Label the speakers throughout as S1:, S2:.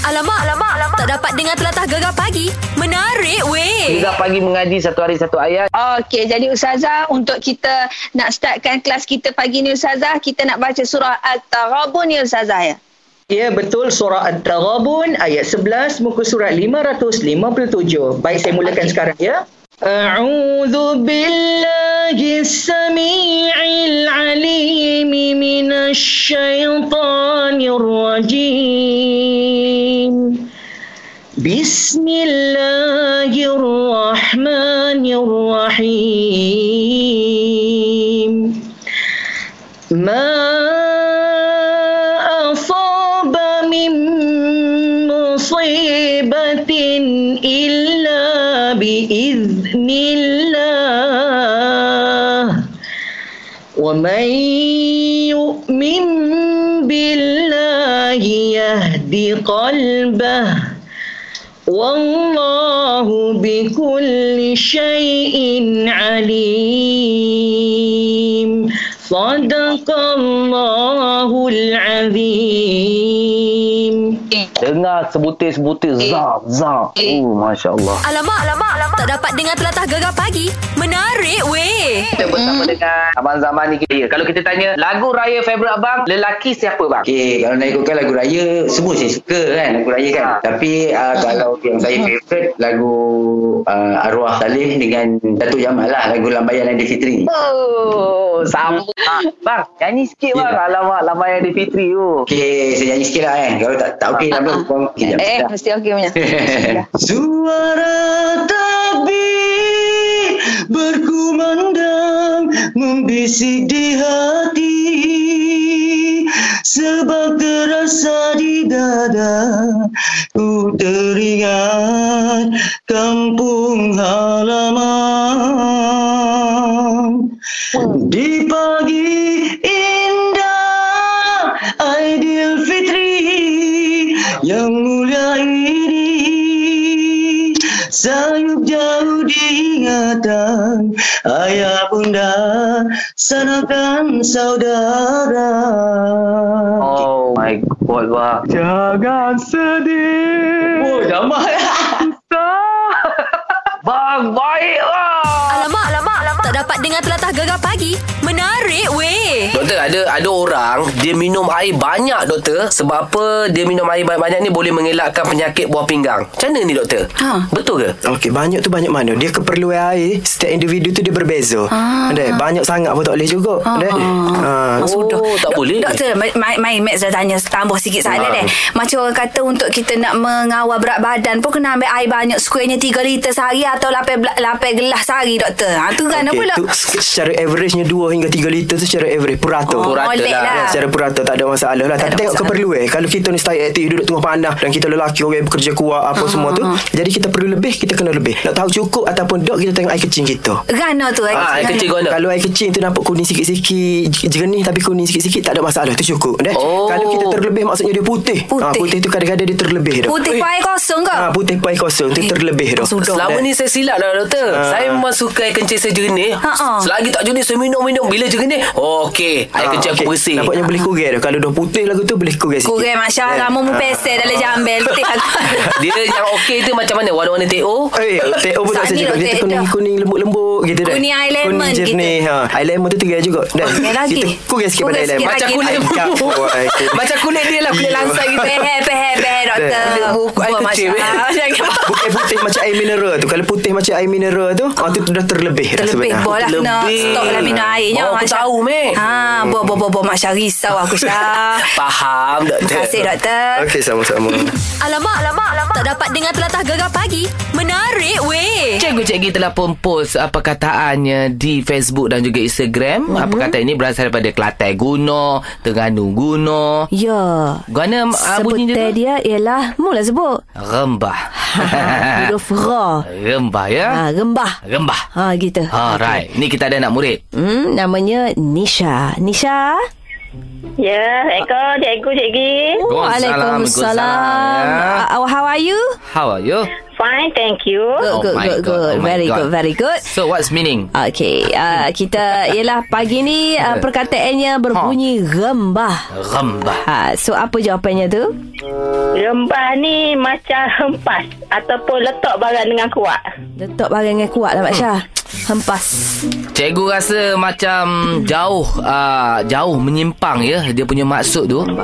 S1: Alamak, alamak, alamak. Tak dapat dengar telatah gegar pagi. Menarik weh.
S2: Gegar pagi mengaji satu hari satu ayat.
S3: Okey, jadi Ustazah untuk kita nak startkan kelas kita pagi ni Ustazah, kita nak baca surah Al-Taghabun ni Ustazah ya.
S4: Ya betul surah At-Taghabun ayat 11 muka surat 557. Baik saya mulakan
S3: Okey.
S4: sekarang ya. أعوذ بالله السميع العليم من الشيطان الرجيم بسم الله الرحمن الرحيم ما أصاب من مصيبة إلا بإذن الله ومن يؤمن بالله يهد قلبه والله بكل شيء عليم صدق الله العظيم
S2: Dengar sebutir-sebutir zap zap. Oh Masya Allah.
S1: Alamak, alamak, alamak. Tak dapat dengar telatah gegar pagi. Menarik weh.
S2: Kita bersama dengan Abang Zaman ni kita. Kalau kita tanya lagu raya favourite abang, lelaki siapa bang?
S5: Okay, kalau nak ikutkan lagu raya, semua saya suka kan lagu raya kan.
S2: Ha.
S5: Tapi uh, kalau yang saya favourite, lagu uh, Arwah Saleh dengan Datuk Jamal lah, lagu Lambayan Adi Fitri.
S2: Oh, sama. bang, nyanyi sikit bang.
S5: Ya.
S2: Alamak, lamai Adi Fitri oh. tu.
S5: Okay, saya nyanyi sikit lah kan. Kalau tak, tak okey, tak apa. Okay, jap.
S3: Eh, mesti okey punya.
S5: Suara tabir berkumandang membisik di hati sebab terasa di dada ku teringat kampung halaman di pagi indah Aidilfitri yang mulia ini Sayup jauh diingatan Ayah bunda Sanakan saudara
S2: Oh my god bang. Jangan sedih.
S5: Oh, jamak
S2: Bang, baik bang.
S1: Alamak, alamak, alamak. Tak dapat dengar telatah gegar pagi. Menarik weh.
S6: Doktor ada ada orang dia minum air banyak doktor sebab apa dia minum air banyak-banyak ni boleh mengelakkan penyakit buah pinggang. Macam mana ni doktor?
S7: Ha.
S6: Betul ke?
S8: Okey, banyak tu banyak mana? Dia keperluan air setiap individu tu dia berbeza.
S7: Ah.
S8: Dek, banyak sangat pun tak boleh juga.
S7: Ah,
S8: Dek.
S7: ah.
S8: Ha.
S7: Sudah.
S6: Oh, tak
S7: Dok-
S6: boleh.
S7: Doktor, mai- mai mai Max dah tanya tambah sikit soalan
S6: Ah.
S7: deh. Macam orang kata untuk kita nak mengawal berat badan pun kena ambil air banyak sekurangnya 3 liter sehari atau 8 8 gelas sehari doktor. Ha tu kan okay, pula.
S8: tu se- secara averagenya 2 hingga 3 liter tu secara average purata.
S7: Oh,
S6: purata
S7: molek
S6: lah.
S8: Ya, secara purata tak ada masalah lah.
S7: Tak ada
S8: Tapi tengok
S7: masalah.
S8: keperluan. Kalau kita ni stay aktif duduk tengah pandang dan kita lelaki orang yang bekerja kuat
S7: Ah,
S8: apa semua tu. Jadi kita perlu lebih, kita kena lebih. Nak tahu cukup ataupun dok kita tengok air kecil kita.
S7: Gano tu. eh.
S6: Ah, air kecil
S9: kan.
S6: kau nak.
S8: Kalau air kecil tu nampak kuning sikit-sikit j- Jernih tapi kuning sikit-sikit Tak ada masalah Tu cukup deh.
S6: Oh.
S8: Kalau kita terlebih Maksudnya dia putih
S7: Putih.
S8: Ah, Putih tu kadang-kadang dia terlebih dah.
S7: Putih
S8: Eh.
S7: pun air kosong kau.
S8: Ah, putih pai kosong tu
S7: Eh,
S8: terlebih dah.
S7: sudah.
S6: Selama ni saya silap dah doktor.
S8: Ah.
S6: Saya memang suka air kencing saya jernih.
S9: Ha,
S7: Ha-ha.
S6: Selagi tak jernih saya minum-minum. Bila jernih, oh, okey. Air
S8: Ah,
S6: kencing aku
S8: okey.
S6: bersih.
S8: Nampaknya boleh kurang dah. Kalau dah putih lagu tu boleh kurang sikit.
S7: Kurang Masya Allah. Mu mu pesel dalam jambel. Tih
S6: Eh.
S7: aku.
S6: Ah. Dia yang okey tu macam mana? Warna-warna TO.
S8: Eh, teh pun tak
S7: Saat ni
S8: sedap.
S7: dah
S8: Dia
S7: teh
S8: kuning
S7: dah.
S8: kuning lembut-lembut gitu dah.
S7: Kuning air lemon
S8: kuning jernih.
S7: gitu.
S8: Ha, air lemon tu tegar juga. Dah.
S7: Kurang lagi.
S8: Kita kurang sikit pada
S7: Kurang
S8: air lemon.
S7: sikit
S6: Macam
S7: lagi.
S6: kulit
S8: Ay,
S6: buku.
S8: kau, ay, kau.
S6: Macam kulit dia lah. Kulit
S8: Iya.
S6: langsar gitu.
S7: Pehe, pehe, pehe doktor.
S6: Dia buku air
S7: Wah,
S6: kecil,
S7: Masya
S6: eh.
S7: Allah. Jangan-
S8: Bukan putih macam air mineral tu. Kalau putih macam air mineral tu, ah tu dah terlebih. dah
S7: Terlebih
S9: ah,
S8: sebenarnya.
S7: Boh lah kena
S6: Terlebih.
S7: Stop lah minum airnya
S6: Oh, aku
S7: Masya-
S6: tahu, Mek.
S7: ha, Boh boh boh boh Masya risau aku Syah
S6: Faham doktor.
S7: Terima kasih doktor
S8: Okey, sama-sama.
S1: Alamak, alamak, alamak. Tak dapat dengar telatah gegar pagi. Menarik weh.
S9: Cikgu-cikgi telah pun post uh, perkataannya di Facebook dan juga Instagram. Mm-hmm.
S6: Mhm.
S9: Perkataan ini berasal daripada Kelantan guna, Terengganu guna.
S10: Ya.
S9: Gana uh,
S10: Sebutan
S9: bunyi dia? tu?
S10: dia ialah mula lah sebut.
S9: Rembah.
S10: Ha, huruf ra.
S9: Rembah ya.
S7: Ah.
S10: Ha, rembah.
S9: Rembah.
S10: Ha gitu.
S9: Alright. Ni kita ada anak murid.
S10: Hmm, namanya Nisha. Nisha,
S11: Ya, Eko, cikgu, cikgi.
S9: Waalaikumsalam.
S10: Waalaikumsalam. Uh, how are you?
S9: How are you?
S11: Fine, thank you.
S10: Good,
S9: Oh
S10: good,
S9: my
S10: good,
S9: God,
S10: good.
S9: oh my
S10: very
S9: God.
S10: good, very good.
S9: So what's meaning?
S10: Okay, uh, kita ialah pagi ni uh, perkataannya berbunyi rembah.
S9: Rembah.
S10: Ha, so apa jawapannya tu?
S11: Rembah ni macam hempas ataupun letak barang dengan kuat.
S10: Letak barang yang kuat lah Mak Syah. Hempas.
S9: Cikgu rasa macam jauh uh, jauh menyimpang ya dia punya maksud tu. Hmm.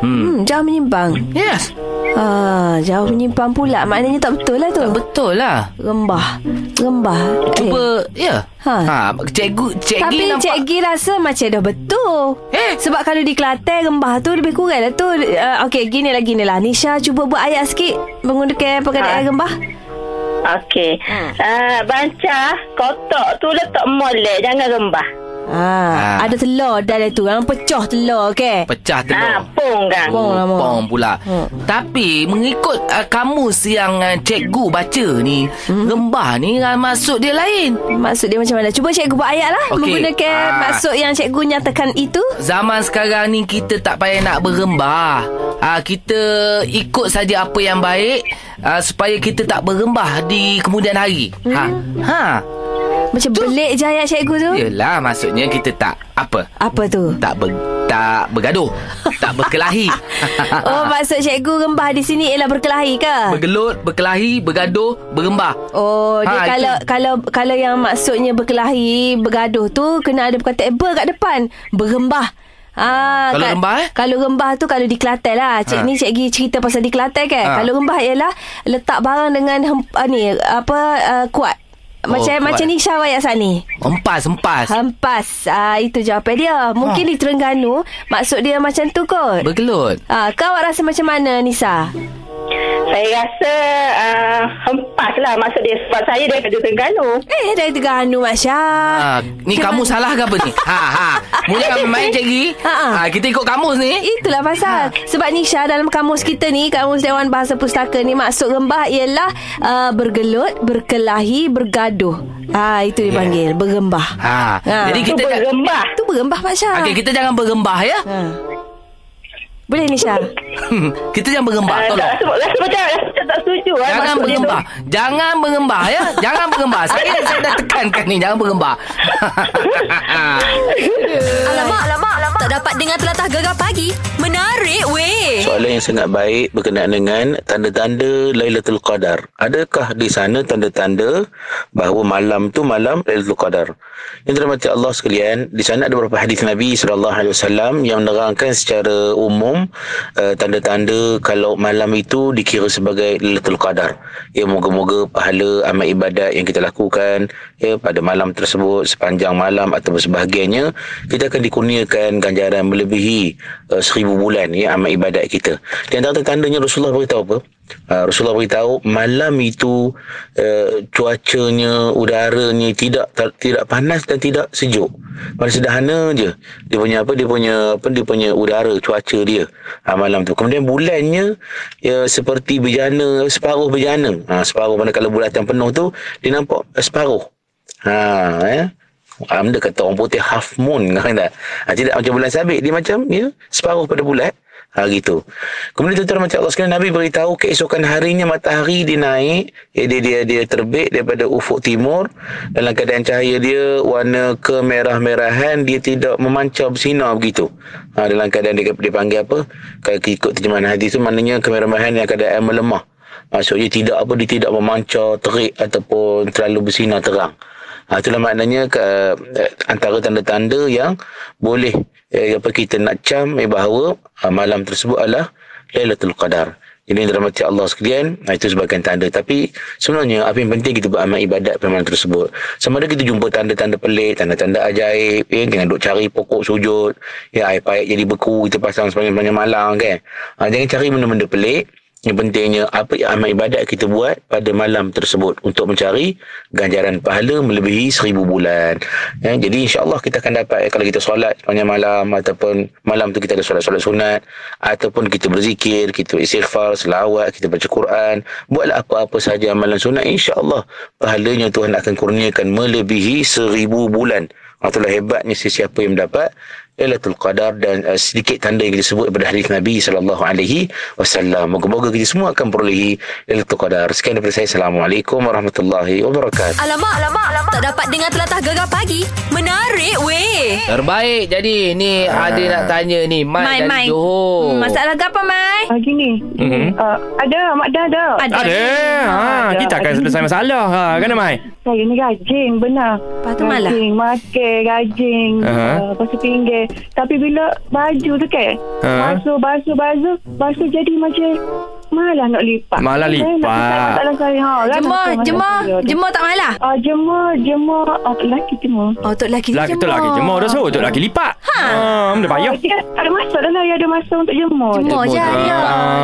S10: Hmm, jauh menyimpang.
S9: Yes.
S10: Ah, jauh menyimpang pula. Maknanya tak betul lah tu. Tak
S9: betul lah.
S10: Rembah. Rembah.
S9: Cuba, ya.
S10: Ha.
S9: Ha, cikgu cikgu
S10: Tapi
S9: nampak
S10: Cik Gi rasa macam dah betul. Eh? Sebab kalau di Kelantan, rembah tu lebih kurang lah tu. Uh, Okey, gini lah, gini lah. Nisha cuba buat ayat sikit menggunakan perkataan ha. rembah.
S11: Okey. Hmm. Uh, bancah kotak tu letak molek, jangan rembah.
S10: Ha. ha. Ada telur dalam tu. Yang pecah telur, okey?
S9: Pecah telur.
S10: Ah,
S11: pong kan.
S10: Pong lah, Mak.
S9: Pong pula. Hmm. Tapi mengikut uh, kamus yang uh, cikgu baca ni, hmm. rembah ni uh, maksud dia lain.
S10: Maksud dia macam mana? Cuba cikgu buat ayat lah.
S9: Okey.
S10: Okay. Menggunakan
S9: Ah.
S10: ha. maksud yang cikgu nyatakan itu.
S9: Zaman sekarang ni kita tak payah nak berembah. Ah kita ikut saja apa yang baik ah, supaya kita tak berembah di kemudian hari. Hmm. Ha. Ha.
S10: Macam tu. belik je ayat cikgu tu.
S9: Yelah maksudnya kita tak apa?
S10: Apa tu?
S9: Tak ber, tak bergaduh, tak berkelahi.
S10: Oh, maksud cikgu rembah di sini ialah berkelahi ke?
S9: Bergelut, berkelahi, bergaduh, berembah.
S10: Oh, dia
S9: Ha,
S10: kalau
S9: itu.
S10: kalau kalau yang maksudnya berkelahi, bergaduh tu kena ada perkataan eh, ber kat depan. Berembah. Ah,
S9: Kalau rembah, eh?
S10: Kalau rembah tu kalau di Kelantan lah. Cik
S9: Ha.
S10: ni cik Gi cerita pasal di Kelantan kan.
S9: Ha.
S10: Kalau rembah ialah letak barang dengan hemp, ah, ni apa uh, kuat.
S9: Oh,
S10: Macam
S9: kuat.
S10: macam ni Syah wayak sani.
S9: Empas, empas.
S10: Ha. Hempas. Ah, itu jawapan dia.
S9: Ha.
S10: Mungkin di Terengganu maksud dia macam tu kot.
S9: Bergelut.
S10: ah, kau awak rasa macam mana Nisa?
S11: Saya rasa uh, hempas lah maksud dia sebab saya daripada Terengganu.
S10: Eh, dari Terengganu Mak Syah.
S9: Ha, ni
S10: Macam
S9: kamu
S10: mana?
S9: salah ke apa ni? Ha ha. Mula kamu main cikgu.
S10: Ha, ha.
S9: Ha, kita ikut kamus ni.
S10: Itulah pasal ha. Sebab Nisha dalam kamus kita ni Kamus Dewan Bahasa Pustaka ni Maksud rembah ialah uh, Bergelut, berkelahi, bergaduh ha, Itu dipanggil yeah. Bergembah
S9: Ya. Ha. Jadi kita
S11: Tu
S9: ja-
S11: bergembah.
S10: Itu bergembah Pak Syah
S9: Okey, kita jangan bergembah ya.
S10: ha. Boleh Nisha?
S9: kita jangan bergembah,
S11: Ah,
S9: tolong.
S11: tak, sebab, rasa macam rasa macam tak setuju eh,
S9: Jangan
S11: maksud dia tu.
S9: bergembah. Jangan bergembah ya. Jangan bergembah. Saya saya dah tekankan ni jangan bergembah.
S1: Alamak, alamak, alamak. Tak dapat dengar telatah gegar pagi. Menarik weh.
S12: Soalan yang sangat baik berkenaan dengan tanda-tanda Lailatul Qadar. Adakah di sana tanda-tanda bahawa malam tu malam Lailatul Qadar? Yang dirahmati Allah sekalian, di sana ada beberapa hadis Nabi sallallahu alaihi wasallam yang menerangkan secara umum uh, tanda-tanda kalau malam itu dikira sebagai Lailatul Qadar. Ya moga-moga pahala amal ibadat yang kita lakukan ya pada malam tersebut sepanjang malam atau sebahagiannya kita akan dikurniakan ganjaran melebihi uh, seribu bulan ya amal ibadat kita. Di antara tandanya Rasulullah beritahu apa? Uh, Rasulullah beritahu malam itu uh, cuacanya, udaranya tidak tak, tidak panas dan tidak sejuk. Pada sederhana je dia punya apa dia punya apa dia punya udara cuaca dia uh, malam tu. Kemudian bulannya ya seperti bejana separuh bejana. Ha, separuh mana kalau bulatan penuh tu dia nampak uh, separuh. Ha eh. Anda kata orang putih half moon kan tak? Ha, tidak macam bulan sabit. Dia macam ya, separuh pada bulan. Ha, gitu. Kemudian tuan-tuan macam Allah sekalian Nabi beritahu keesokan harinya matahari dia naik, ya, dia, dia, dia terbit daripada ufuk timur dalam keadaan cahaya dia warna kemerah-merahan dia tidak memancar bersinar begitu. Ha, dalam keadaan dia, dia panggil apa? Kalau ikut terjemahan hadis tu maknanya kemerah-merahan yang keadaan melemah. Maksudnya tidak apa dia tidak memancar terik ataupun terlalu bersinar terang. Ha, itulah maknanya ke, eh, antara tanda-tanda yang boleh eh, apa kita nak cam eh, bahawa ha, malam tersebut adalah Lailatul Qadar. Jadi yang dirahmati Allah sekalian, ha, itu sebagai tanda. Tapi sebenarnya apa yang penting kita beramal ibadat pada malam tersebut. Sama ada kita jumpa tanda-tanda pelik, tanda-tanda ajaib, ya, jangan duk cari pokok sujud, ya, air pahit jadi beku, kita pasang sepanjang-panjang malam kan. Ha, jangan cari benda-benda pelik. Yang pentingnya apa yang amal ibadat kita buat pada malam tersebut untuk mencari ganjaran pahala melebihi seribu bulan. Ya, jadi insyaAllah kita akan dapat eh, kalau kita solat sepanjang malam ataupun malam tu kita ada solat-solat sunat ataupun kita berzikir, kita istighfar, selawat, kita baca Quran. Buatlah apa-apa sahaja amalan sunat insyaAllah pahalanya Tuhan akan kurniakan melebihi seribu bulan. Ah, Itulah hebatnya Ha, sesiapa yang mendapat Lailatul Qadar dan uh, sedikit tanda yang disebut daripada hadis Nabi sallallahu alaihi wasallam. Moga-moga kita semua akan perolehi Lailatul Qadar. Sekian daripada saya. Assalamualaikum warahmatullahi wabarakatuh.
S13: Alamak, alamak, alamak. Tak dapat dengar telatah gegar pagi. Menarik weh.
S9: Terbaik jadi Ni ha. ada nak tanya ni Mai,
S13: Mai,
S9: dari
S13: Mai. Hmm,
S9: Johor
S13: masalah
S10: Apa, Mai?
S14: Ah, gini.
S15: Mhm.
S14: Ah, ada, Mak Dah ada.
S15: Ada. Ada. Ha,
S14: Ah,
S15: kita akan selesai masalah. Ha, kan Mai?
S14: Hmm. Saya ni rajin benar. Lepas
S10: tu malah?
S14: Rajin, makan, rajin.
S15: Aha.
S14: Uh-huh. Lepas tu pinggir. Tapi bila baju tu kan,
S15: Ha.
S14: basuh, basuh, basuh, basuh jadi macam malah nak lipat.
S15: Malah
S14: Saya nak
S15: lipat.
S14: letak Masalah saya. Ha, kan?
S10: Jemur,
S14: Masalah
S10: jemur,
S14: saya tu.
S10: jemur tak malah?
S14: Ah, jemur, jemur. Ah, tok lelaki jemur.
S10: Oh, tok lelaki
S15: Laki tu lagi jemur dah suruh. Tu lagi lipat. Ha. Ha, dah payah.
S14: Oh, dia ada masa dah lah. Dia ada masa untuk jemur.
S10: Jemur je ada.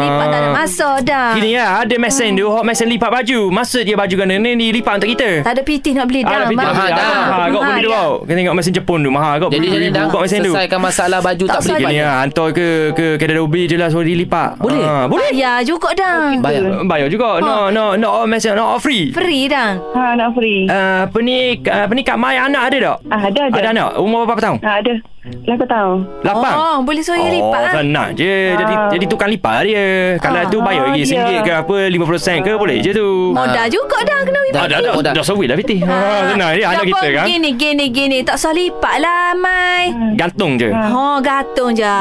S10: Lipat tak ada masa
S11: Ha.
S10: dah.
S15: Ah. Gini ya, ada mesin tu, hot mesin lipat baju. Masa dia baju gana ni, ni lipat untuk kita.
S10: Tak ada pitih nak beli
S15: Ah,
S10: dah. Mak.
S15: mahal dah. Ha, kau beli
S11: ya.
S15: tu kau. Kena tengok mesin Jepun tu mahal kau.
S9: Jadi jadi
S15: Beribu-ribu
S9: dah
S15: kau mesin tu.
S9: Selesaikan masalah baju tak, beli
S15: Gini ya, hantar ke ke kedai Dobi je lah suruh dilipat. Boleh. Ha, boleh.
S10: Bayar Ya, juga dah.
S15: Bayar. Bayar
S11: Ha.
S15: juga. No, no, no, mesin no free.
S10: Free dah.
S14: Ha, nak free.
S15: Uh, apa ni, uh, apa ni Kak Mai anak ada tak?
S14: Ah, ada, ada.
S15: Ada anak? Umur berapa tahun?
S14: Ah, ada. Lapan tahun.
S15: Lapang?
S14: Oh, boleh suruh dia lipat, ah.
S15: Oh, senang je. Jadi
S14: Ah.
S15: jadi tukang lipat lah dia. Kalau
S14: Ah.
S15: tu bayar lagi
S14: Ah,
S15: RM1
S14: ya.
S15: ke apa, RM50 ke boleh je tu.
S10: Modal juga Oh, dah kena lipat.
S15: Dah, Ah, dah, dah, dah, dah sawit dah
S14: Ah,
S15: Fiti. Ha, senang je anak
S10: Dah
S15: kita
S10: pun
S15: kan.
S10: Gini, gini, gini. Tak usah lipat lah, Mai.
S15: Gantung je.
S10: Oh, gantung je.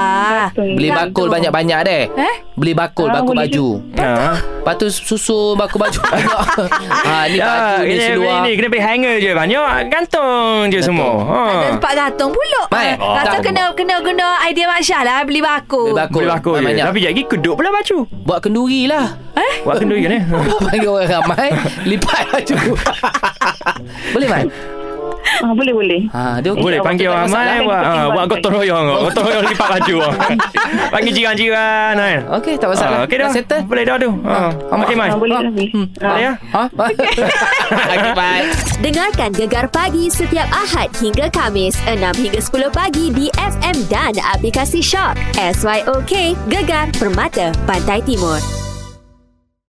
S9: Beli bakul banyak-banyak deh
S10: Eh?
S9: Beli bakul
S10: Ah,
S9: Bakul
S10: boleh
S9: baju
S15: Ha.
S9: Lepas tu susun bakul baju ha, Ni baju
S15: Ah,
S9: ni
S15: kena beli
S9: seluar
S15: ni, kena beli hanger je banyak. Gantung je semua. Ha.
S10: Tempat gantung pula.
S15: Mai,
S10: Ah, Rasa
S15: tak-
S10: kena kena guna idea Mak Syah lah. Beli
S15: Beli
S10: bakul.
S15: bakul je.
S9: banyak-banyak.
S15: Tapi jadi keduk pula baju.
S9: Buat kenduri lah
S10: Eh?
S15: Buat kenduri kan eh?
S9: Panggil orang ramai Lipat baju Boleh Mai?
S14: Ah, boleh, boleh.
S9: Ha, dia okey.
S15: Boleh panggil
S9: Tak
S15: orang
S9: masalah.
S15: ramai
S14: kan,
S15: buat, ha, buat gotong royong. Gotong royong lipat baju. Panggil jiran-jiran kan.
S9: Okey, tak masalah.
S15: Okey dah.
S9: Dah settle? Ah.
S15: Boleh dah tu. Ha. Okey
S14: Ah,
S15: Mai.
S14: lah,
S15: Boleh ya?
S9: Ha? Okay, bye.
S1: Dengarkan Gegar Pagi setiap Ahad hingga Kamis 6 hingga 10 pagi di FM dan aplikasi Shock. SYOK Gegar Permata Pantai Timur.